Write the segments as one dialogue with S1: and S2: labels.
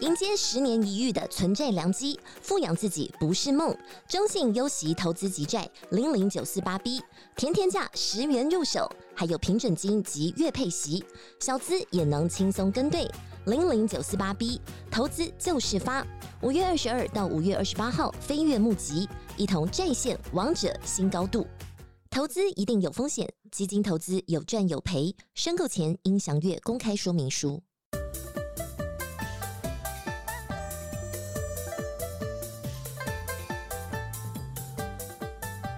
S1: 迎接十年一遇的存债良机，富养自己不是梦。中信优息投资级债零零九四八 B，甜甜价十元入手，还有平准金及月配息，小资也能轻松跟对。零零九四八 B，投资就是发。五月二十二到五月二十八号飞跃募集，一同债线王者新高度。投资一定有风险，基金投资有赚有赔，申购前应详阅公开说明书。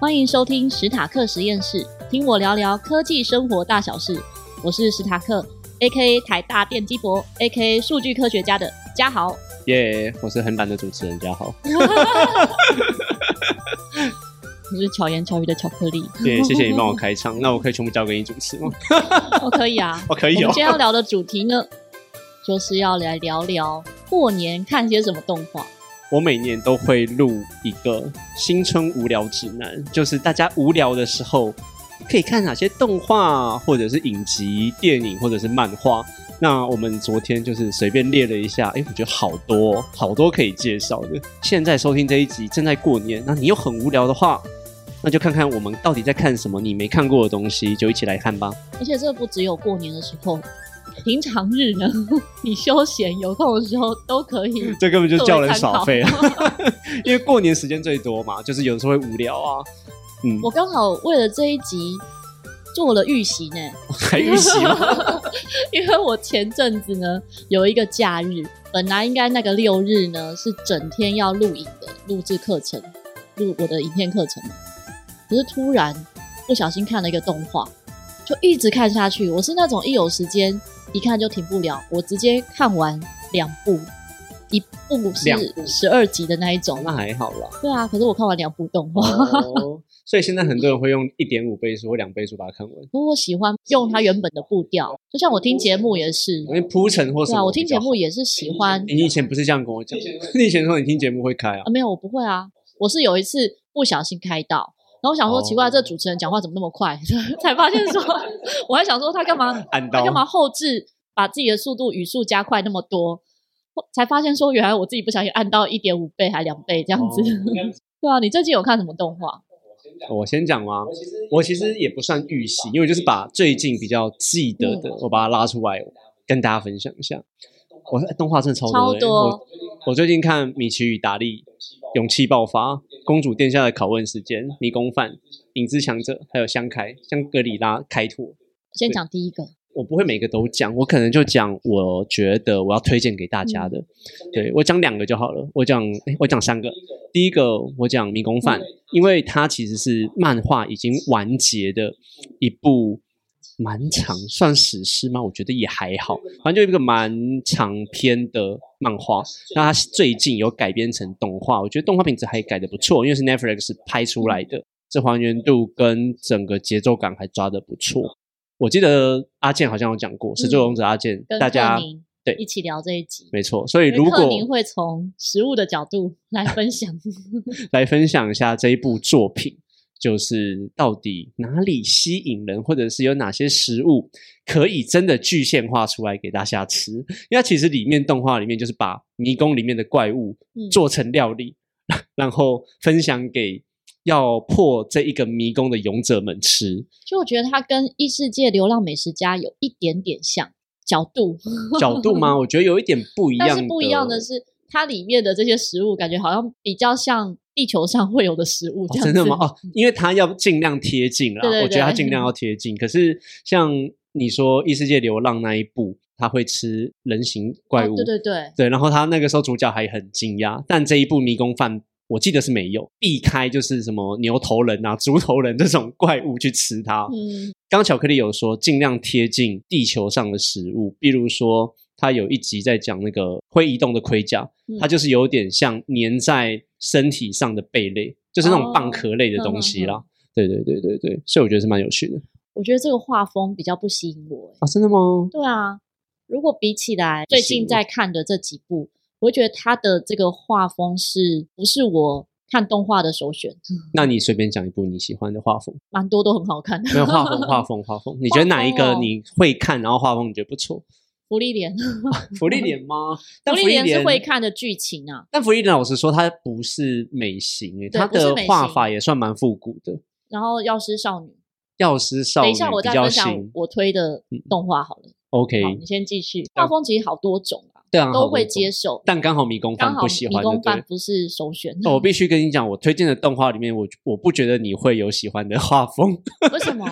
S2: 欢迎收听史塔克实验室，听我聊聊科技生活大小事。我是史塔克，A.K.A 台大电机博，A.K.A 数据科学家的嘉豪。
S3: 耶我是很懒的主持人，大家好。
S2: 我是巧言巧语的巧克力。
S3: 耶、谢谢你帮我开场，那我可以全部交给你主持吗？
S2: 哦，可以啊。
S3: 哦， 可以
S2: 我
S3: 哦
S2: 们。今天要聊的主题呢，就是要来聊聊过年看些什么动画。
S3: 我每年都会录一个新春无聊指南，就是大家无聊的时候可以看哪些动画，或者是影集、电影，或者是漫画。那我们昨天就是随便列了一下，哎，我觉得好多哦好多可以介绍的。现在收听这一集正在过年，那你又很无聊的话，那就看看我们到底在看什么你没看过的东西，就一起来看吧。
S2: 而且这不只有过年的时候，平常日呢， 你休闲有空的时候都可以。
S3: 这根本就叫人耍废啊
S2: 作为参！
S3: 因为过年时间最多嘛，就是有时候会无聊啊。嗯，
S2: 我刚好为了这一集做了预习呢，
S3: 还预习吗？
S2: 因为我前阵子呢有一个假日，本来应该那个六日呢是整天要录影的，录制课程，录我的影片课程嘛。可是突然不小心看了一个动画，就一直看下去。我是那种一有时间一看就停不了，我直接看完两部，一部
S3: 两
S2: 是
S3: 嗯
S2: 十二集的那一种
S3: 那。还好啦。
S2: 对啊，可是我看完两部动画，
S3: 哦，所以现在很多人会用一点五倍速或两倍速把它看完，
S2: 不过我喜欢用它原本的步调，就像我听节目也是
S3: 因，为铺陈或什
S2: 对
S3: 么。
S2: 啊，我听节目。也是喜欢
S3: 你以前不是这样跟我讲？你以前说你听节目会开啊
S2: 啊，？没有，我不会啊。我是有一次不小心开到，然后我想说
S3: 哦
S2: 奇怪，这主持人讲话怎么那么快？ 才发现说， 我还想说他干 嘛？
S3: 按
S2: 他
S3: 到
S2: 干嘛后置把自己的速度语速加快那么多？我才发现说，原来我自己不小心按到一点五倍还两倍这样子。
S3: 哦
S2: 对啊，你最近有看什么动画？
S3: 我先讲吗？我其实也不算预习，因为就是把最近比嗯较记得的，我把它拉出来跟大家分享一下。我动画真的超多、
S2: 超
S3: 欸，
S2: 多
S3: 我我最近看《米奇与达利》《勇气爆发》《公主殿下的拷问时间》《迷宫饭》《影之强者》，还有《香开》《香格里拉开拓》。
S2: 先讲第一个，
S3: 我不会每个都讲，我可能就讲我觉得我要推荐给大家的。对我讲两个就好了，我讲诶我讲三个。第一个我讲《迷宫饭》，因为它其实是漫画已经完结的一部蛮长，算史诗吗？我觉得也还好，反正就一个蛮长篇的漫画。那它最近有改编成动画，我觉得动画品质还改的不错，因为是 Netflix 拍出来的，这还原度跟整个节奏感还抓的不错。我记得阿健好像有讲过，始作俑者阿健，
S2: 嗯跟
S3: 大家
S2: 克宁
S3: 对
S2: 一起聊这一集。
S3: 没错。所以
S2: 因为
S3: 如
S2: 克
S3: 果
S2: 宁会从食物的角度来分享，
S3: 来分享一下这一部作品，就是到底哪里吸引人，或者是有哪些食物可以真的具现化出来给大家吃。因为它其实里面动画里面就是把迷宫里面的怪物
S2: 嗯
S3: 做成料理，然后分享给要破这一个迷宫的勇者们吃。
S2: 就我觉得它跟异世界流浪美食家有一点点像角度，
S3: 角度吗？我觉得有一点不一样，
S2: 但是不一样的是，它里面的这些食物感觉好像比较像地球上会有的食物这
S3: 哦、
S2: 样子。
S3: 真的吗？哦，因为他要尽量贴近啦，
S2: 对对对嗯
S3: 我觉得他尽量要贴近。可是像你说《异世界流浪》那一部，他会吃人形怪物，
S2: 哦对对对，
S3: 对然后他那个时候主角还很惊讶，但这一部《迷宫饭》我记得是没有避开，就是什么牛头人啊、猪头人这种 怪物去吃它。
S2: 嗯，
S3: 刚刚巧克力有说，尽量贴近地球上的食物，比如说，它有一集在讲那个会移动的盔甲，
S2: 嗯
S3: 它就是有点像粘在身体上的贝类，就是那种
S2: 哦
S3: 蚌壳类的东西啦。对对对对对，所以我觉得是蛮有趣的
S2: 我觉得这个画风比较不吸引我。欸
S3: 啊！真的吗？
S2: 对啊，如果比起来最
S3: 吸引
S2: 近
S3: 我
S2: 在看的这几部，我会觉得它的这个画风是不是我看动画的首选？
S3: 那你随便讲一部你喜欢的画风，
S2: 蛮多都很好看。
S3: 没有画风，画风，画风，你觉得哪一
S2: 画
S3: 个
S2: 风哦
S3: 你会看，然后画风你觉得不错？
S2: 福利 脸，
S3: 福利脸吗？但
S2: 福
S3: 福
S2: 利
S3: 利
S2: 脸
S3: 脸
S2: 是会看的剧情啊，
S3: 但福利脸老师说他不是美型诶，
S2: 对
S3: 他
S2: 不是
S3: 的
S2: 美
S3: 画
S2: 型
S3: 法也算蛮复古的。
S2: 然后药师少女。
S3: 药师少
S2: 等
S3: 女
S2: 一下，我
S3: 比
S2: 再
S3: 较嗯
S2: 分享
S3: 型
S2: 我推的动画好了。
S3: ，OK，
S2: 好，你先继续。画风其实好多种啊，
S3: 对啊，好
S2: 都会
S3: 多种
S2: 接受。
S3: 但刚好迷宫
S2: 刚
S3: 饭
S2: 好
S3: 不喜
S2: 迷
S3: 欢就
S2: 宫
S3: 对
S2: 饭
S3: 了。
S2: 不是首选，
S3: 哦 我必须跟你讲，我推荐的动画里面，我我不觉得你会有喜欢的画风。
S2: 为什么？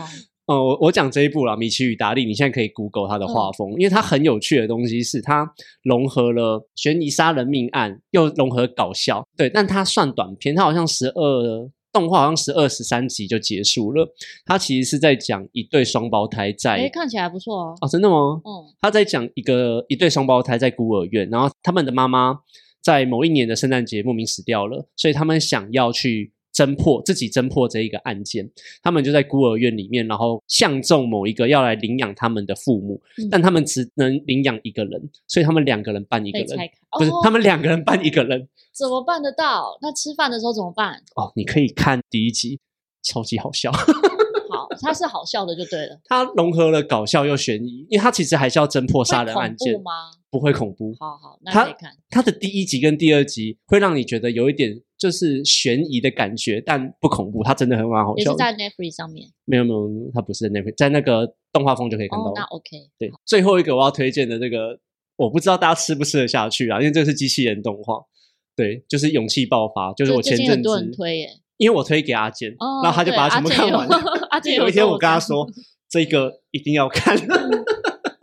S3: 哦，我我讲这一部啦，《米奇与达利》，你现在可以 Google 它的
S2: 嗯
S3: 画风，因为它很有趣的东西是它融合了悬疑杀人命案，又融合搞笑。对，但它算短片，它好像十二动画好像十二十三集就结束了。它其实是在讲一对双胞胎在、
S2: 哎，看起来不错哦。
S3: 哦，真的吗？
S2: 嗯，
S3: 他在讲一个一对双胞胎在孤儿院，然后他们的妈妈在某一年的圣诞节莫名死掉了，所以他们想要去侦破自己侦破这一个案件，他们就在孤儿院里面，然后相中某一个要来领养他们的父母，
S2: 嗯
S3: 但他们只能领养一个人，所以他们两个人扮一个
S2: 被
S3: 人，
S2: 拆开，
S3: 不是、
S2: 哦
S3: 他们两个人扮一个人
S2: 怎么办得到？那吃饭的时候怎么办？
S3: 哦，你可以看第一集，超级好 笑。
S2: 好，它是好笑的就对了。
S3: 它融合了搞笑又悬疑，因为它其实还是要侦破杀
S2: 会
S3: 人
S2: 恐
S3: 案
S2: 怖
S3: 件，
S2: 吗？
S3: 不会恐怖。
S2: 好好，那
S3: 它
S2: 可以看。
S3: 它的第一集跟第二集会让你觉得有一点就是悬疑的感觉，但不恐怖，它真的很蛮好
S2: 也
S3: 笑
S2: 是
S3: 的。
S2: 在 Netflix 上面。
S3: 没有没有，没有它不是在那边，在那个动画风就可以看到
S2: 哦，
S3: 了。
S2: 那 OK。
S3: 对，最后一个我要推荐的这个，我不知道大家吃不吃得下去啊，因为这个是机器人动画。对，就是勇气爆发，就是
S2: 这
S3: 我前
S2: 最近
S3: 阵
S2: 很多人
S3: 子，
S2: 推耶。
S3: 因为我推给阿健，
S2: 哦，
S3: 然后他就
S2: 对
S3: 把它全部看完。
S2: 阿健有 阿健
S3: 有一天
S2: 跟
S3: 我跟他
S2: 讲，
S3: 说，这个一定要看。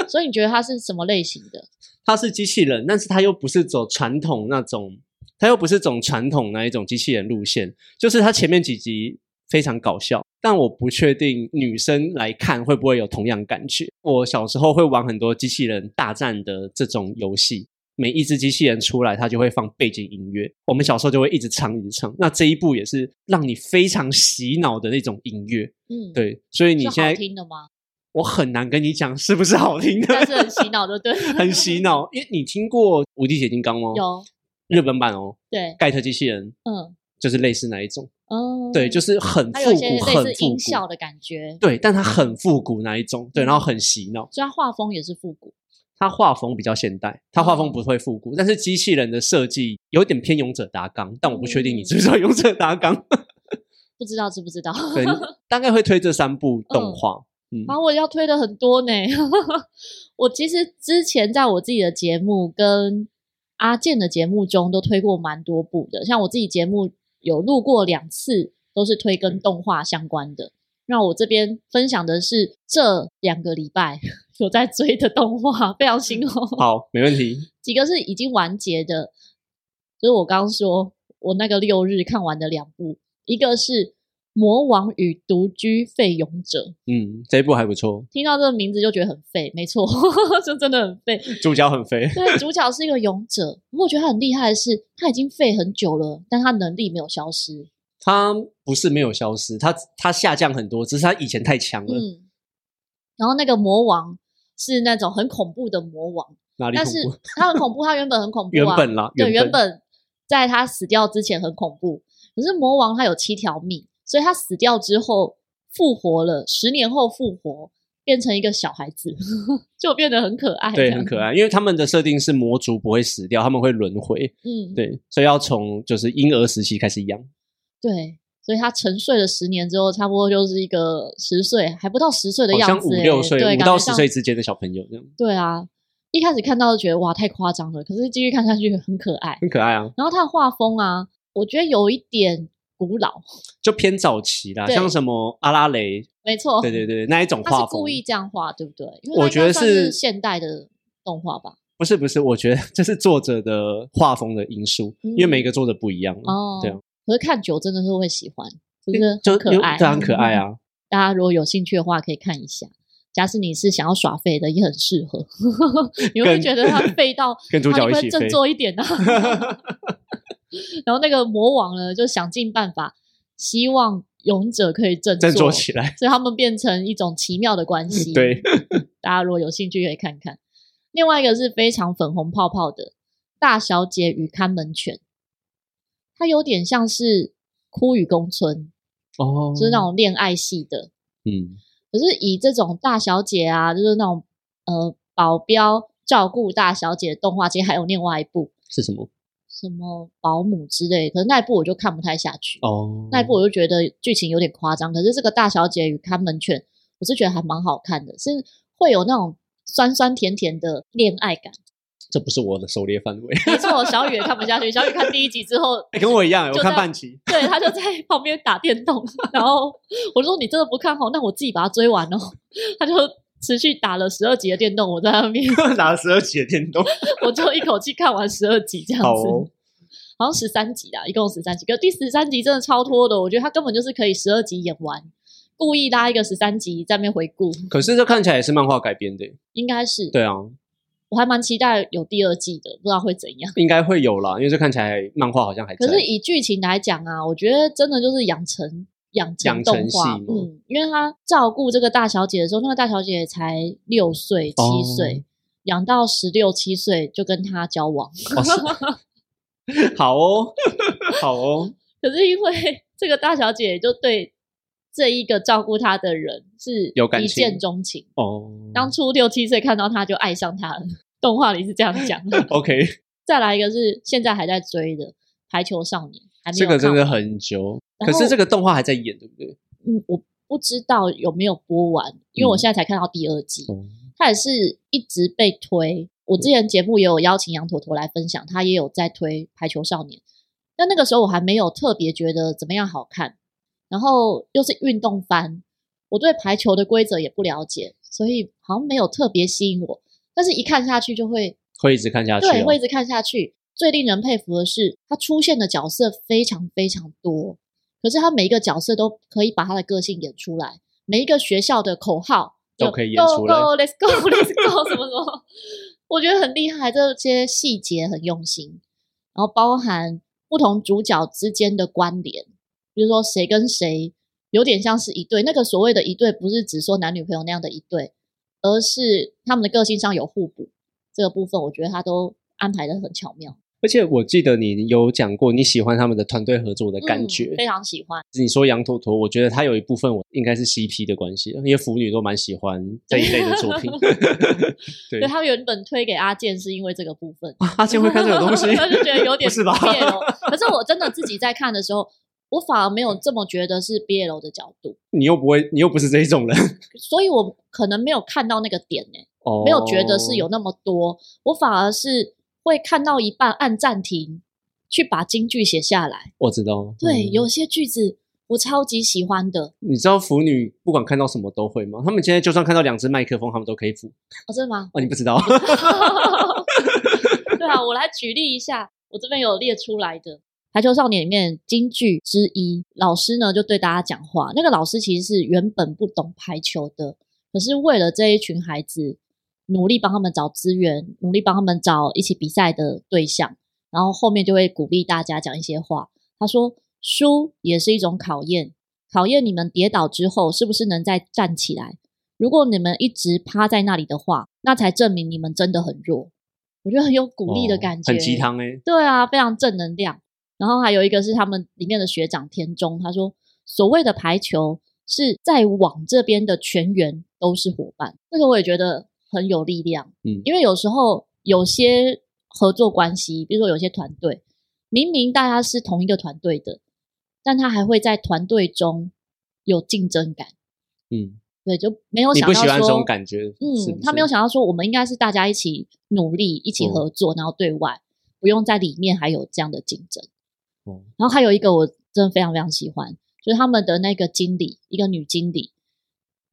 S2: 所以你觉得它是什么类型的？
S3: 它是机器人，但是它又不是走传统那种，它又不是走传统那一种机器人路线，就是它前面几集非常搞笑，但我不确定女生来看会不会有同样感觉。我小时候会玩很多机器人大战的这种游戏。每一只机器人出来，它就会放背景音乐。我们小时候就会一直唱，一直唱。那这一部也是让你非常洗脑的那种音乐，
S2: 嗯，，
S3: 对。所以你
S2: 是
S3: 现
S2: 好
S3: 在，
S2: 听的 吗？
S3: 我很难跟你讲是不是好 听的，，
S2: 但是很洗脑，就对
S3: 很洗。脑。因为你听过《无敌铁金刚》吗？
S2: 有
S3: 日本版哦，
S2: 对，
S3: 盖特机器人
S2: 嗯
S3: 就是类似那一种，
S2: 嗯，
S3: 对，就是很
S2: 它有
S3: 复
S2: 一些
S3: 古，
S2: 类
S3: 很
S2: 似
S3: 复
S2: 音效
S3: 古，
S2: 的感觉，
S3: 对，但它很复古那一种，对，
S2: 嗯
S3: 然后很洗脑。
S2: 所以它画风也是复古。
S3: 它画风比较现代，它画风不会复
S2: 嗯
S3: 古，但是机器人的设计有点偏勇者达纲，但我不确定你知不知道勇者 达纲，
S2: 不知道知不知道？
S3: 对，大概会推这三部动画，嗯，
S2: 然后我要推的很多呢。 我其实之前在我自己的节目跟阿健的节目中都推过蛮多部的，像我自己节目有录过两次，都是推跟动画相关的。那我这边分享的是这两个礼拜 有在追的动画，非常新哦。
S3: 好，没问题，
S2: 几个是已经完结的，就是我刚刚说我那个六日看完的两部，一个是《魔王与独居废勇者》，
S3: 嗯，这一部还不错，
S2: 听到这个名字就觉得很废，没错， 就真的很 废。
S3: 主角很肥，
S2: 对，主角是一个勇者，不过我觉得他很厉害的是，他已经废很久了，但他能力没有消失。
S3: 它不是没有消失，它它下降很多，只是它以前太强了，
S2: 嗯，然后那个魔王是那种很恐怖的魔王，
S3: 哪里
S2: 但
S3: 恐
S2: 是
S3: 怖？
S2: 他很恐怖，他原本很恐怖、啊，
S3: 原本啦，
S2: 对，原
S3: 本
S2: 本在他死掉之前很恐怖，可是魔王他有七条命，所以他死掉之后复活了，十年后复活变成一个小孩子， 就变得很可爱，
S3: 对，很可
S2: 爱，
S3: 爱，因为他们的设定是魔族不会死掉，他们会轮回，
S2: 嗯，
S3: 对，所以要从就是婴儿时期开始养。
S2: 对。所以他沉睡了十年之后，差不多就是一个十岁还不到十岁的
S3: 好
S2: 样
S3: 像
S2: 子
S3: 五
S2: 欸、
S3: 六岁，
S2: 对，
S3: 五
S2: 感
S3: 到
S2: 觉
S3: 十
S2: 像
S3: 岁。之间的小朋友这样，
S2: 对啊，一开始看到就觉得哇太夸张了，可是继续看下去很可爱。
S3: 很可爱啊，
S2: 然后他的画风啊，我觉得有一点古老，
S3: 就偏早期啦，
S2: 对
S3: 像什么阿拉蕾，
S2: 没错，
S3: 对对对，那一种
S2: 他
S3: 画
S2: 是
S3: 风
S2: 故。意这样画，对不对？因为
S3: 我
S2: 它应
S3: 觉
S2: 该
S3: 得
S2: 算
S3: 是
S2: 是现代的动画吧。
S3: 不是不是，我觉得这是作者的画风的因素，因为
S2: 嗯
S3: 每个作者不一样啊。
S2: 哦，
S3: 对啊，
S2: 可是看久真的是会喜欢，就是
S3: 就
S2: 很可爱，嗯
S3: 对啊，很可爱。啊。
S2: 大家如果有兴趣的话，可以看一下。假使你是想要耍废的，也很适合。 你会不会
S3: 跟
S2: 觉得他废到
S3: 跟 主
S2: 啊
S3: 角
S2: 你
S3: 一
S2: 会
S3: 起飞
S2: 振作一点啊？ 然后那个魔王呢，就想尽办法，希望勇者可以振
S3: 振作
S2: 作
S3: 起来，
S2: 所以他们变成一种奇妙的关系。
S3: 对，
S2: 大家如果有兴趣可以看看。另外一个是非常粉红泡泡的《大小姐与看门犬》，它有点像是《枯雨宫村
S3: 哦》，
S2: 就是那种恋爱系的，
S3: 嗯，
S2: 可是以这种大小姐啊，就是那种呃保镖照顾大小姐动画街，还有另外一部
S3: 是什么？
S2: 什么保姆之类，可是那一部我就看不太下去。
S3: 哦，
S2: 那一部我就觉得剧情有点夸张，可是这个大小姐与看门犬，我是觉得还蛮好看的，是会有那种酸酸甜甜的恋爱感。
S3: 这不是我的狩猎范围，
S2: 没错，小雨也看不下去，小雨看第一集之后，
S3: 哎跟我一样，我
S2: 就
S3: 看
S2: 在
S3: 半集。
S2: 对他就在旁边打电动，然后我说你真的不看好，哦那我自己把它追完哦。他就持续打了十二集的电动，我在那边
S3: 拿了十二集的电动，
S2: 我就一口气看完十二集这样子。
S3: 好哦
S2: 好像十三集啦，一共十三集。可第十三集真的超拖的，我觉得他根本就是可以十二集演完，故意拉一个十三集在那边回顾，
S3: 可是这看起来也是漫画改编的耶，
S2: 应该是。
S3: 对啊，
S2: 我还蛮期待有第二季的，不知道会怎样。
S3: 应该会有啦，因为这看起来漫画好像还在
S2: 可是以剧情来讲啊，我觉得真的就是养成养成
S3: 养成
S2: 动画，
S3: 系吗
S2: 嗯，因为他照顾这个大小姐的时候，那个大小姐才六岁
S3: 哦
S2: 七岁，养到十六七岁就跟他交往。
S3: 哦是好哦，好哦，
S2: 可是因为 这个大小姐就对这一个照顾她的人是
S3: 有感
S2: 一
S3: 情
S2: 见钟情，
S3: 哦，。
S2: 当初六七岁看到他就爱上他了。动画里是这样讲的
S3: OK，
S2: 再来一个是现在还在追的《排球少年》，还没有
S3: 这个真
S2: 看
S3: 的
S2: 完
S3: 很久，
S2: 然后
S3: 可是这个动画还在演，对不对？
S2: 嗯，我不知道有没有播完，因为我
S3: 嗯
S2: 现在才看到第二季，
S3: 哦，
S2: 它也是一直被推。我之前节目也有邀请杨坨坨来分享，他也有在推《排球少年》，但那个时候我还没有特别觉得怎么样好看，然后又是运动番，我对排球的规则也不了解，所以好像没有特别吸引我。但是一看下去就会
S3: 会一直看下去、哦，
S2: 对，会一直看下去。最令人佩服的是，他出现的角色非常非常多，可是他每一个角色都可以把他的个性演出来，每一个学校的口号
S3: 都
S2: 就
S3: 可以演出来
S2: Go go, let's go, let's go，什么什么，我觉得很厉害，这些细节很用心，然后包含不同主角之间的关联，比如说谁跟谁有点像是一对，那个所谓的一对，不是只说男女朋友那样的一对，而是他们的个性上有互补。这个部分，我觉得他都安排的很巧妙，
S3: 而且我记得你有讲过你喜欢他们的团队合作的感
S2: 嗯
S3: 觉。
S2: 非常喜欢。
S3: 你说羊驼驼，我觉得它有一部分我应该是 CP 的关系，因为腐女都蛮喜欢这一类的 作品。对
S2: 对，他原本推给阿健是因为这个部分，
S3: 哇阿健会看这种 东西，
S2: 他就觉得有点
S3: 不是吧
S2: BL。可是我真的自己在看的时候，我反而没有这么觉得是 BL 的角度，
S3: 你又不会，你又不是这一种人，
S2: 所以我可能没有看到那个点呢、
S3: 哦
S2: 没有觉得是有那么多，我反而是会看到一半按暂停，去把金句写下来。
S3: 我知道，
S2: 对，
S3: 嗯
S2: 有些句子我超级喜欢的，
S3: 你知道腐女不管看到什么都会吗？他们现在就算看到两只麦克风，他们都可以腐
S2: 哦，真的吗？
S3: 哦，你不知道，
S2: 对啊，我来举例一下，我这边有列出来的《排球少年》里面金句之一，老师呢就对大家讲话。那个老师其实是原本不懂排球的，可是为了这一群孩子，努力帮他们找资源，努力帮他们找一起比赛的对象，然后后面就会鼓励大家讲一些话。他说：“输也是一种考验，考验你们跌倒之后是不是能再站起来。”如果你们一直趴在那里的话，那才证明你们真的很弱。我觉得很有鼓励的
S3: 哦
S2: 感觉，
S3: 很鸡汤哎、
S2: 对啊，非常正能量。然后还有一个是他们里面的学长田中，他说所谓的排球是在网这边的全员都是伙伴，这个我也觉得很有力量。
S3: 嗯
S2: 因为有时候有些合作关系，比如说有些团队，明明大家是同一个团队的，但他还会在团队中有竞争感，
S3: 嗯，
S2: 对，就没有
S3: 你
S2: 想
S3: 不
S2: 到
S3: 喜欢这
S2: 说
S3: 种感觉，是
S2: 嗯
S3: 不，
S2: 他
S3: 是嗯
S2: 没有想到说我们应该是大家一起努力、一起合作，然后对外不用在里面还有这样的竞争。
S3: 哦
S2: 然后还有一个我真的非常非常喜欢，就是他们的那个经理，一个女经理，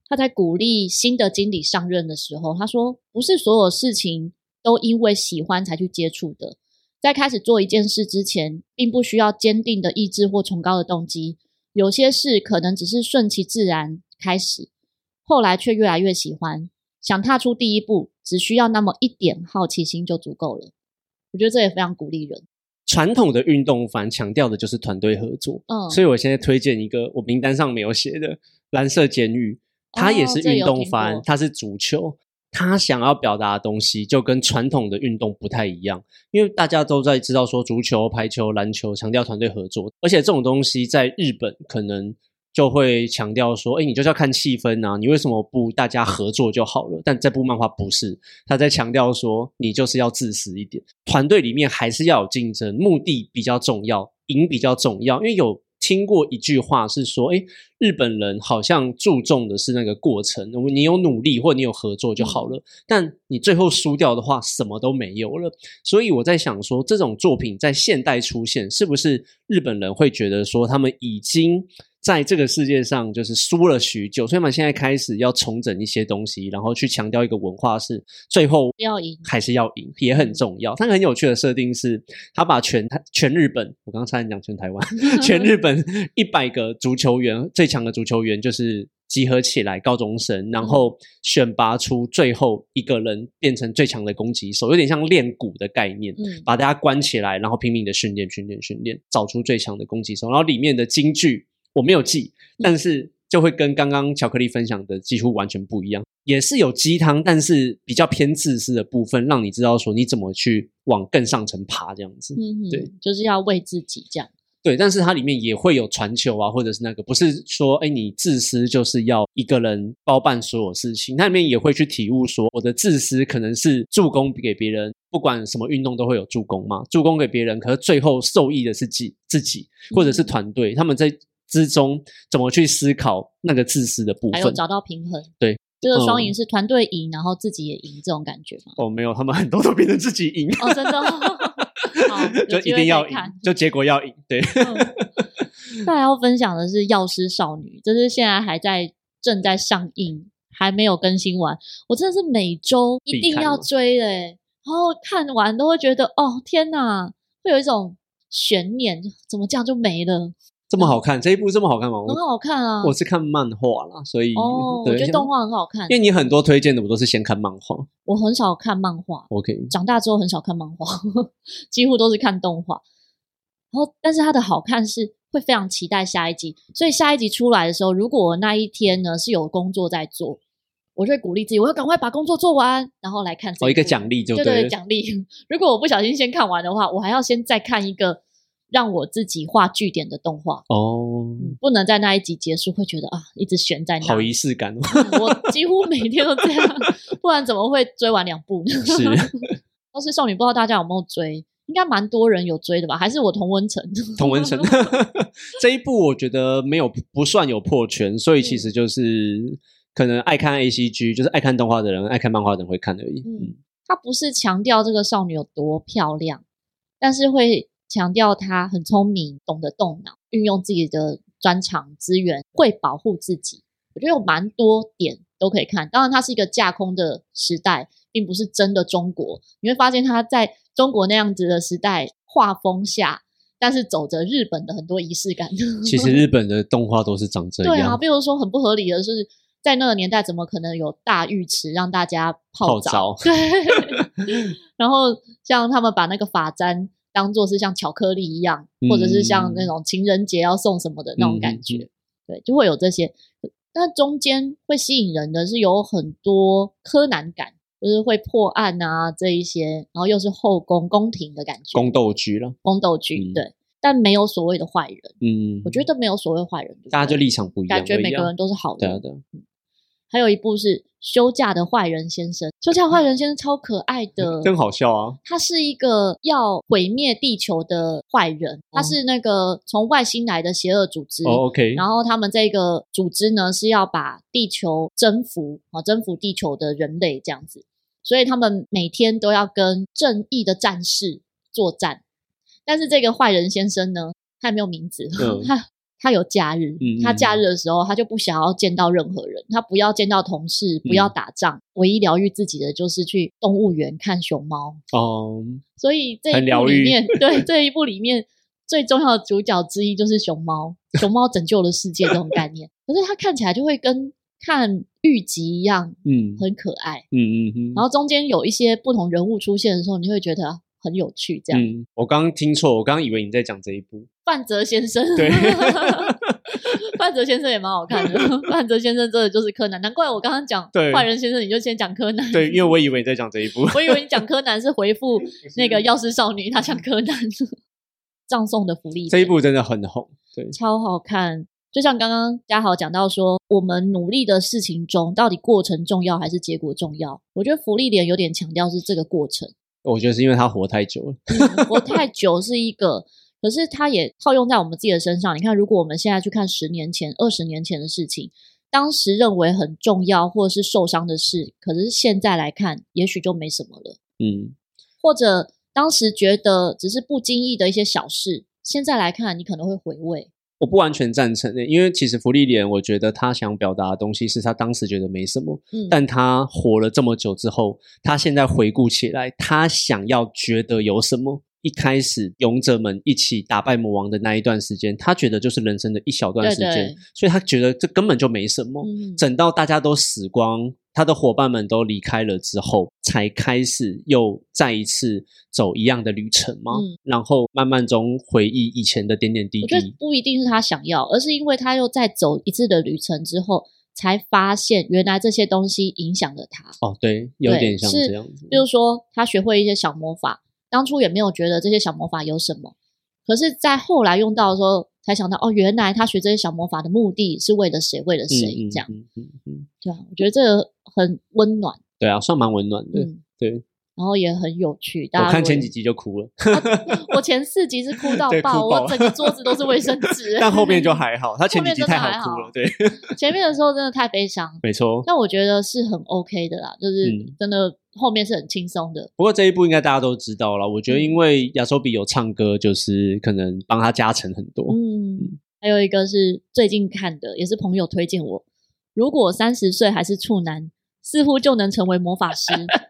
S2: 她在鼓励新的经理上任的时候，她说：“不是所有事情都因为喜欢才去接触的，在开始做一件事之前，并不需要坚定的意志或崇高的动机，有些事可能只是顺其自然开始，后来却越来越喜欢。想踏出第一步，只需要那么一点好奇心就足够了。我觉得这也非常鼓励人。
S3: 传统的运动番强调的就是团队合作，
S2: 嗯，
S3: 所以我现在推荐一个我名单上没有写的《蓝色监狱》，它也
S2: 哦
S3: 是
S2: 这
S3: 运
S2: 有
S3: 动
S2: 听
S3: 番，
S2: 过
S3: 它是足球。它想要表达的东西就跟传统的运动不太一样，因为大家都在知道说足球、排球、篮球强调团队合作，而且这种东西在日本可能就会强调说，哎，你就是要看气氛啊，你为什么不大家合作就好了？但这部漫画不是，他在强调说，你就是要自私一点，团队里面还是要有竞争，目的比较重要，赢比较重要，因为有。听过一句话是说，哎，日本人好像注重的是那个过程，我们你有努力或你有合作就好了，但你最后输掉的话，什么都没有了。所以我在想说，这种作品在现代出现，是不是日本人会觉得说，他们已经在这个世界上就是输了许久，所以他们现在开始要重整一些东西，然后去强调一个文化是最后
S2: 要赢
S3: 还是要赢，也很重要。它很有趣的设定是，他把全全日本，我刚刚差点讲全台湾，全日本一百个足球员最强的足球员就是集合起来高中生，然后选拔出最后一个人变成最强的攻击手，有点像练鼓的概念，
S2: 嗯
S3: 把大家关起来，然后拼命的训练、训练、训练，找出最强的攻击手。然后里面的金句我没有记，但是就会跟刚刚巧克力分享的几乎完全不一样，也是有鸡汤，但是比较偏自私的部分，让你知道说你怎么去往更上层爬这样子。
S2: 嗯哼，
S3: 对，
S2: 就是要为自己这样。
S3: 对，但是它里面也会有传球啊，或者是那个，不是说哎，你自私就是要一个人包办所有事情。它里面也会去体悟说，我的自私可能是助攻给别人，不管什么运动都会有助攻嘛，助攻给别人，可是最后受益的是自己自己或者是
S2: 嗯
S3: 团队，他们在之中怎么去思考那个自私的部
S2: 还有
S3: 分。
S2: 找到平衡。
S3: 对，
S2: 这个双赢
S3: 嗯
S2: 是团队赢，然后自己也赢这种感觉嘛。
S3: 哦，没有，他们很多都变成自己赢，
S2: 哦，真的哦， 好，
S3: 就
S2: 有
S3: 一
S2: 机会
S3: 定要
S2: 再
S3: 赢
S2: 看，
S3: 就结果要赢，对。
S2: 嗯再来要分享的是《药师少女》，这是现在还在正在上映，还没有更新完。我真的是每周一定
S3: 哦
S2: 要追的、欸，然后看完都会觉得，哦天哪，会有一种悬念，怎么这样就没了？
S3: 这么好看，这一部这么好看吗？我
S2: 很好看啊！
S3: 我是看漫画啦，所以
S2: 哦，我
S3: 对
S2: 觉得动画很好看
S3: 因，为你很多推荐的我都是先看漫画
S2: 我很少看漫画，
S3: ，OK，
S2: 长大之后很少看漫画， 几乎都是看动画。然后，但是它的好看是会非常期待下一集，所以下一集出来的时候，如果我那一天呢是有工作在做，我就会鼓励自己，我要赶快把工作做完，然后来看这
S3: 哦，一个
S2: 部
S3: 奖励就
S2: 对
S3: 对
S2: 对
S3: 了，
S2: 奖励。 如果我不小心先看完的话，我还要先再看一个让我自己画据点的动画，
S3: 哦，
S2: 嗯不能在那一集结束会觉得啊一直悬在那。
S3: 好仪式感哦，
S2: 我几乎每天都这样，不然怎么会追完两部呢？
S3: 是
S2: 都是少女，不知道大家有没有追？应该蛮多人有追的吧？还是我同温层？
S3: 同文成 这一部我觉得没有不算有破圈，所以其
S2: 嗯
S3: 实就是可能爱看 A C G，就是爱看动画的人、爱看漫画的人会看而已。
S2: 嗯
S3: 嗯，
S2: 他不是强调这个少女有多漂亮，但是会强调她很聪明，懂得动脑，运用自己的专长资源，会保护自己。我觉得有蛮多点都可以看。当然，它是一个架空的时代，并不是真的中国。你会发现，它在中国那样子的时代画风下，但是走着日本的很多仪式感。
S3: 其实日本的动画都是长这
S2: 对啊，
S3: 样，
S2: 比如说很不合理的是，在那个年代怎么可能有大浴池让大家泡
S3: 泡
S2: 澡？
S3: 澡
S2: 对。然后像他们把那个发簪当做是像巧克力一样，或者是像那种情人节要送什么的那种感觉，
S3: 嗯
S2: 对，就会有这些。但中间会吸引人的是有很多柯南感，就是会破案啊这一些，然后又是后宫宫廷的感觉，
S3: 宫斗剧了。
S2: 宫斗剧，
S3: 嗯
S2: 对。但没有所谓的坏人，
S3: 嗯，
S2: 我觉得没有所谓坏人，对不
S3: 大家
S2: 对
S3: 就立场不一样而已
S2: 感
S3: 啊，
S2: 觉每个人都是好
S3: 对啊
S2: 人。
S3: 对啊，
S2: 还有一部是《休假的坏人先生》，《休假的坏人先生》超可爱的，
S3: 更好笑啊。
S2: 他是一个要毁灭地球的坏人，他是那个从外星来的邪恶组织。
S3: 哦，OK，
S2: 然后他们这个组织呢是要把地球征服啊，征服地球的人类这样子，所以他们每天都要跟正义的战士作战。但是这个坏人先生呢，他也没有名字，
S3: 嗯
S2: 他他有假日，
S3: 嗯嗯
S2: 他假日的时候他就不想要见到任何人，他不要见到同事，不要
S3: 嗯
S2: 打仗，唯一疗愈自己的就是去动物园看熊猫。
S3: 哦，
S2: 所以这
S3: 很
S2: 一部
S3: 疗
S2: 里
S3: 愈
S2: 面，对这一部里面最重要的主角之一就是熊猫，熊猫拯救了世界这种概念。可是它看起来就会跟看玉集一样，
S3: 嗯
S2: 很可爱。
S3: 嗯嗯嗯，
S2: 然后中间有一些不同人物出现的时候，你会觉得啊很有趣。这样，
S3: 嗯，我刚刚听错，我刚刚以为你在讲这一 部。
S2: 范泽先生，
S3: 对
S2: 范泽先生也蛮好看的。范泽先生真的就是柯南，难怪我刚刚讲
S3: 对
S2: 坏人先生，你就先讲柯南。
S3: 对，因为我以为你在讲这一 部。
S2: 我以为你讲柯南是回 复那个药师少 女，他讲柯南。葬送的福利
S3: 这一部真的很红，对，
S2: 超好看。就像刚刚嘉豪讲到说，我们努力的事情中，到底过程重要还是结果重要？我觉得福利点有点强调是这个过程。
S3: 我觉得是因为他活太久了，
S2: 嗯活太久是一个，可是它也套用在我们自己的身上。你看，如果我们现在去看十年前、二十年前的事情，当时认为很重要或是受伤的事，可是现在来看，也许就没什么了。
S3: 嗯，
S2: 或者当时觉得只是不经意的一些小事，现在来看，你可能会回味。
S3: 我不完全赞成的，因为其实福利脸，我觉得他想表达的东西是他当时觉得没什么，
S2: 嗯，
S3: 但他活了这么久之后，他现在回顾起来，他想要觉得有什么？一开始勇者们一起打败魔王的那一段时间，他觉得就是人生的一小段时间，
S2: 对对
S3: 所以他觉得这根本就没什么。
S2: 嗯
S3: 等到大家都死光，他的伙伴们都离开了之后，才开始又再一次走一样的旅程吗？
S2: 嗯
S3: 然后慢慢中回忆以前的点点滴
S2: 我觉得
S3: 滴。
S2: 不一定是他想要，而是因为他又在走一次的旅程之后，才发现原来这些东西影响了他。
S3: 哦，对，有
S2: 对
S3: 点像
S2: 是
S3: 这样子。
S2: 比如说，他学会一些小魔法，当初也没有觉得这些小魔法有什么，可是，在后来用到的时候，才想到哦，原来他学这些小魔法的目的是为了谁，为了谁、
S3: 嗯
S2: 这样。
S3: 嗯嗯嗯嗯，
S2: 对啊，我觉得这个很温暖，
S3: 对啊，算蛮温暖的。
S2: 嗯，
S3: 对，
S2: 然后也很有趣。大家
S3: 我看
S2: 如果
S3: 前几，集就哭了，
S2: 我前四集是 哭到
S3: 对哭
S2: 爆，
S3: 爆。
S2: 我整个桌子都是卫生纸
S3: 但后面就还好，他前
S2: 后
S3: 几
S2: 面
S3: 集
S2: 真的
S3: 太
S2: 还
S3: 哭
S2: 好
S3: 了。对，
S2: 前面的时候真的太悲伤，
S3: 没错。
S2: 但我觉得是很 OK 的啦，就是
S3: 嗯
S2: 真的后面是很轻松的。
S3: 不过这一部应该大家都知道了，我觉
S2: 嗯
S3: 得因为亚索比有唱歌，就是可能帮他加成很多。
S2: 嗯，还有一个是最近看的，也是朋友推荐我。如果三十岁还是处男，似乎就能成为魔法师。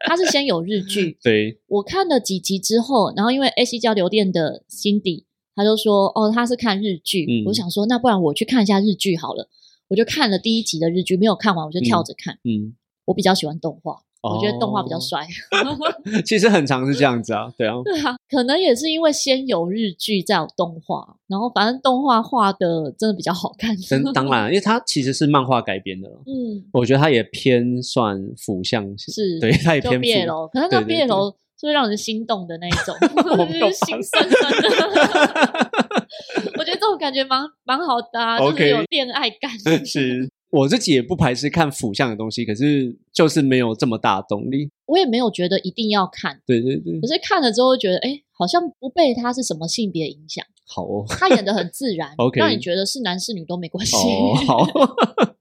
S2: 他是先有日剧，
S3: 对，
S2: 我看了几集之后，然后因为 A C 交流店的 Cindy，他就说哦，他是看日剧。
S3: 嗯
S2: 我想说，那不然我去看一下日剧好了。我就看了第一集的日剧，没有看完，我就跳着看。
S3: 嗯，
S2: 我比较喜欢动画，我觉得动画比较
S3: 哦
S2: 帅。
S3: 其实很常是这样子啊，对啊，
S2: 对啊，可能也是因为先有日剧，再有动画，然后反正动画画的真的比较好看。
S3: 真当然，啊因为它其实是漫画改编的了，
S2: 嗯，
S3: 我觉得它也偏算腐向型，
S2: 是
S3: 对，它也
S2: 就
S3: 偏腐。
S2: 变楼，可是那
S3: 对对
S2: 变楼是会让人心动的那一种，
S3: 我
S2: 就
S3: 没有
S2: 是心酸酸的。 我觉得这种感觉蛮蛮好的、啊，就是
S3: OK
S2: 有恋爱感。
S3: 是我自己也不排斥看腐向的东西，可是就是没有这么大的动力。
S2: 我也没有觉得一定要看，
S3: 对对对
S2: 可，是看了之后会觉得，哎，好像不被他是什么性别影响，
S3: 好哦，
S2: 他演的很自然
S3: OK
S2: 让你觉得是男是女都没关系。
S3: 哦好，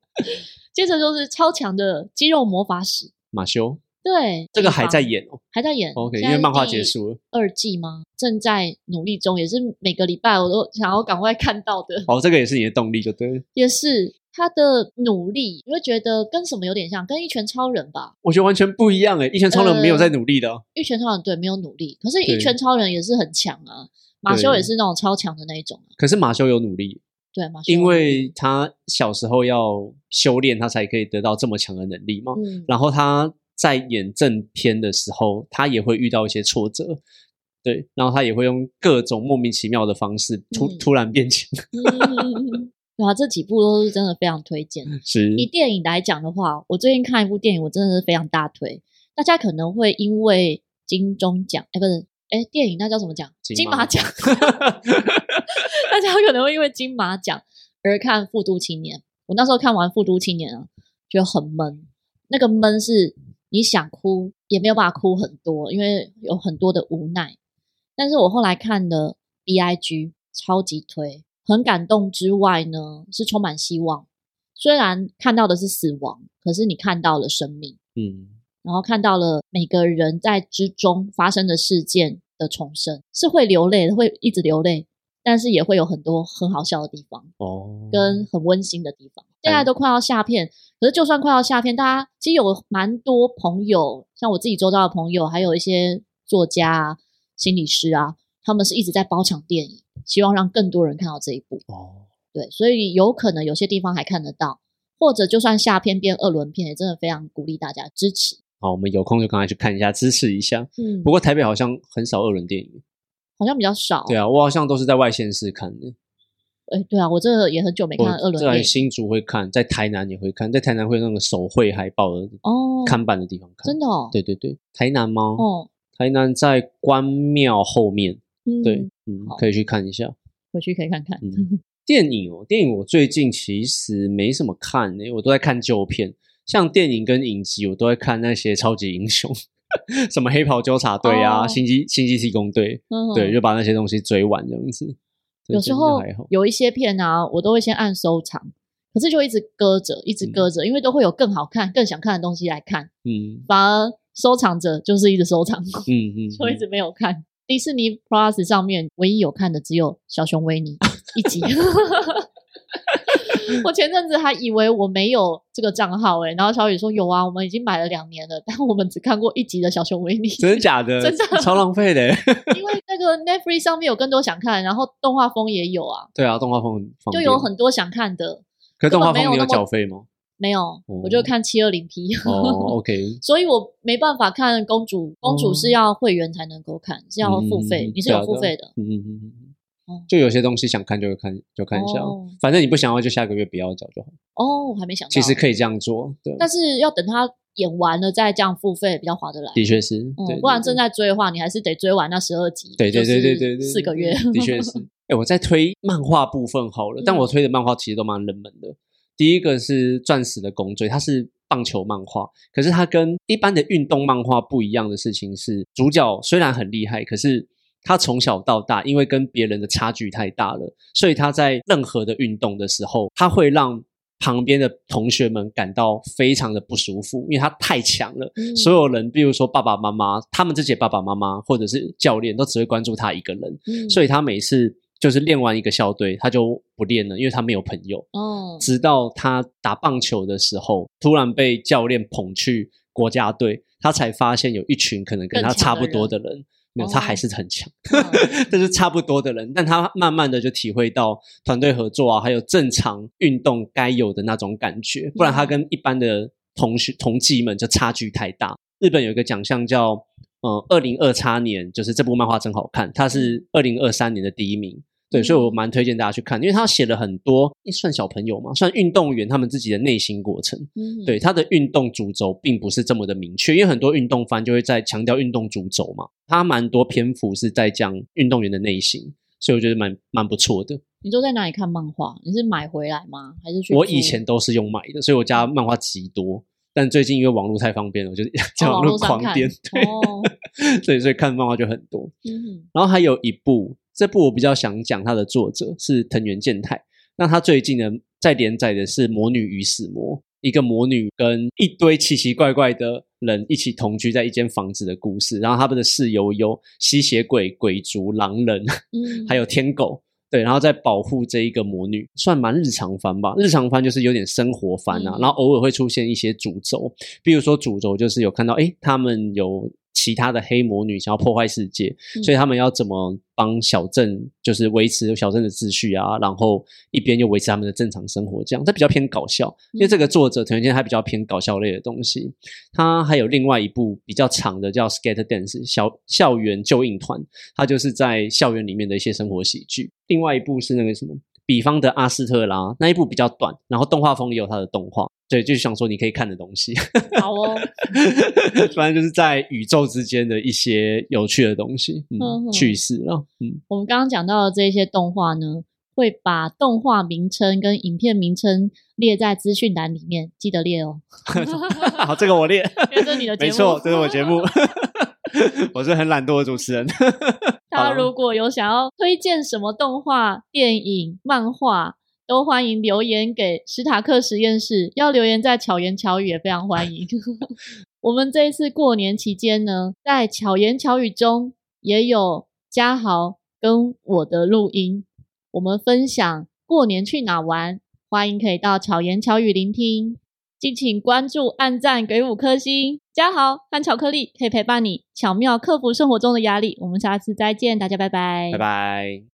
S2: 接着就是超强的肌肉魔法史，
S3: 马修
S2: 对，
S3: 这个
S2: 地方
S3: 还在演哦
S2: 还在演。
S3: ，OK，
S2: 现在
S3: 因为
S2: 是
S3: 漫画
S2: 第
S3: 结束了。
S2: 二季吗？正在努力中，也是每个礼拜我都想要赶快看到的。
S3: 哦，这个也是你的动力，就对了。
S2: 也是他的努力，你会觉得跟什么有点像，跟一拳超人吧？
S3: 我觉得完全不一样诶，一拳超人没
S2: 嗯
S3: 有在努力的哦，
S2: 一拳超人对没有努力，可是
S3: 对
S2: 一拳超人也是很强啊。马修也是那种超强的那一种啊，
S3: 可是马修有努力，
S2: 对马修，
S3: 因为他小时候要修炼，他才可以得到这么强的能力嘛。
S2: 嗯，
S3: 然后他在演正片的时候，他也会遇到一些挫折，对，然后他也会用各种莫名其妙的方式突、
S2: 嗯
S3: 突然变强，
S2: 嗯对啊，这几部都是真的非常推荐。
S3: 是
S2: 以电影来讲的话，我最近看一部电影，我真的是非常大推。大家可能会因为金钟奖，哎，不是，哎，电影那叫什么奖？
S3: 金
S2: 金
S3: 马
S2: 马奖。大家可能会因为金马奖而看《复读青年》。我那时候看完《复读青年》啊，觉得很闷。那个闷是你想哭也没有办法哭很多，因为有很多的无奈。但是我后来看了 B I G，超级推，很感动之外呢，是充满希望。虽然看到的是死亡，可是你看到了生命，
S3: 嗯，
S2: 然后看到了每个人在之中发生的事件的重生，是会流泪的，会一直流泪，但是也会有很多很好笑的地方，
S3: 哦，
S2: 跟很温馨的地方。现在都快要下片，可是就算快要下片，大家其实有蛮多朋友，像我自己周遭的朋友，还有一些作家啊、心理师啊，他们是一直在包场电影，希望让更多人看到这一部。
S3: 哦，
S2: 对，所以有可能有些地方还看得到，或者就算下片变二轮片，也真的非常鼓励大家支持。
S3: 好，我们有空就赶快去看一下，支持一下。
S2: 嗯
S3: 不过台北好像很少二轮电影，
S2: 好像比较少。
S3: 对，啊，我好像都是在外县市看的。
S2: 哎，对啊，我这个也很久没看
S3: 我
S2: 二轮电
S3: 在
S2: 影
S3: 新竹会看，在台南也会看，在台南会有那个手绘海报的
S2: 哦，
S3: 看板的地方看。
S2: 真的哦，
S3: 对对对，台南吗？
S2: 哦，
S3: 台南在关庙后面，
S2: 嗯，
S3: 对，，嗯
S2: 好，
S3: 可以去看一下。
S2: 回去可以看看。
S3: 嗯电影哦，电影我最近其实没什么看、欸，我都在看旧片，像电影跟影集，我都在看那些超级英雄， 什么黑袍纠察队啊、
S2: 哦
S3: 星际星际特工队，
S2: 嗯
S3: 对，就把那些东西追完这样子。对
S2: 有
S3: 真
S2: 时
S3: 的
S2: 候
S3: 还好
S2: 有一些片啊，我都会先按收藏，可是就一直搁着，一直搁着，因为都会有更好看、更想看的东西来看，
S3: 嗯
S2: 反而收藏着就是一直收藏，
S3: 嗯嗯，
S2: 哦就一直没有看。迪士尼 Plus 上面唯一有看的只有《小熊维 尼》一集。 我前阵子还以为我没有这个账号哎、然后小雨说有啊，我们已经买了两年了，但我们只看过一集的《小熊维尼》，
S3: 真的假的？
S2: 真的
S3: 超浪费的欸。
S2: 因为那个 Netflix 上面有更多想看，然后动画风也有啊，
S3: 对啊，动画风很方
S2: 就
S3: 便
S2: 有，很多想看的，
S3: 可是动画
S2: 根本没有
S3: 风你
S2: 那
S3: 有
S2: 么
S3: 缴费吗？
S2: 没有，我就看七二零 P，
S3: 哦，OK，
S2: 所以我没办法看公主，公主
S3: 哦
S2: 是要会员才能够看，是要付费，
S3: 嗯
S2: 你是有
S3: 对啊
S2: 付费的，
S3: 嗯嗯嗯嗯
S2: 哦
S3: 嗯，就有些东西想看就会看，就看一下
S2: 哦，
S3: 反正你不想要就下个月不要缴就好。
S2: 哦，我还没想到，
S3: 其实可以这样做，对，
S2: 但是要等他演完了再这样付费比较划得来。
S3: 的确是，对
S2: 嗯，不然
S3: 对
S2: 正在追的话，你还是得追完那十二集。
S3: 对对对对对对，
S2: 四个月。
S3: 的确是。哎，我在推漫画部分好了，但
S2: 嗯
S3: 我推的漫画其实都蛮冷门的。第一个是《钻石的公罪》，它是棒球漫画，可是它跟一般的运动漫画不一样的事情是，主角虽然很厉害，可是他从小到大，因为跟别人的差距太大了，所以他在任何的运动的时候，他会让旁边的同学们感到非常的不舒服，因为他太强了。
S2: 嗯
S3: 所有人，比如说爸爸妈妈，他们自己的爸爸妈妈或者是教练，都只会关注他一个人，
S2: 嗯
S3: 所以他每次就是练完一个校队，他就不练了，因为他没有朋友。
S2: 哦，
S3: 直到他打棒球的时候，突然被教练捧去国家队，他才发现有一群可能跟他
S2: 更强
S3: 差
S2: 的
S3: 不多的人，没有，
S2: 哦
S3: 他还是很强，
S2: 嗯
S3: 但是差不多的人，但他慢慢的就体会到团队合作啊，还有正常运动该有的那种感觉，不然他跟一般的同学同济们就差距太大。日本有一个奖项叫。呃，二零二叉年就是这部漫画真好看，它是二零二三年的第一名，对，
S2: 嗯
S3: 所以我蛮推荐大家去看，因为他写了很多，诶算小朋友嘛，算运动员他们自己的内心过程。
S2: 嗯
S3: 对，他的运动主轴并不是这么的明确，因为很多运动番就会在强调运动主轴嘛，他蛮多篇幅是在讲运动员的内心，所以我觉得蛮蛮不错的。
S2: 你都在哪里看漫画？你是买回来吗？还是去
S3: 我
S2: 租
S3: 以前都是用买的，所以我家漫画极多，但最近因为网络太方便了，我就是 在
S2: 哦
S3: 网
S2: 网络
S3: 络
S2: 上
S3: 狂
S2: 看
S3: 点，
S2: 哦，
S3: 对，所以所以看漫画就很多。
S2: 嗯
S3: 然后还有一部，这部我比较想讲它的作者是藤原健太。那他最近呢在连载的是《魔女与死魔》，一个魔女跟一堆奇奇怪怪的人一起同居在一间房子的故事。然后他们的室友有吸血鬼、鬼族、狼人，
S2: 嗯，
S3: 还
S2: 有
S3: 有天狗。对，然后再保护这一个魔女，算蛮日常番吧。日常番就是有点生活番啊，
S2: 嗯
S3: 然后偶尔会出现一些主轴，比如说主轴就是有看到，诶，他们有其他的黑魔女想要破坏世界，
S2: 嗯
S3: 所以他们要怎么帮小镇，就是维持小镇的秩序啊，然后一边又维持他们的正常生活，这样这比较偏搞笑，因为这个
S2: 嗯
S3: 作者藤原健他比较偏搞笑类的东西。他还有另外一部比较长的叫《Scatter Dance》小校园救应团，他就是在校园里面的一些生活喜剧。另外一部是那个什么，比方的阿斯特拉那一部比较短，然后动画风也有他的动画，对，就是想说你可以看的东西。
S2: 好哦，
S3: 反正就是在宇宙之间的一些有趣的东西，
S2: 嗯哼
S3: 嗯，趣事啊，嗯，
S2: 我们刚刚讲到的这些动画呢，会把动画名称跟影片名称列在资讯栏里面，记得列哦。
S3: 好，这个我列，
S2: 因为这是你的节目，
S3: 没错，这是我节 目， 我是很懒惰的主持人，
S2: 大家
S3: 好
S2: 如果有想要推荐什么动画、电影、漫画，都欢迎留言给史塔克实验室。要留言在巧言巧语也非常欢迎。我们这一次过年期间呢，在巧言巧语中也有嘉豪跟我的录音，我们分享过年去哪玩，欢迎可以到巧言巧语聆听。敬请关注、按赞、给五颗星。嘉豪和巧克力可以陪伴你，巧妙克服生活中的压力。我们下次再见，大家拜拜，
S3: 拜拜。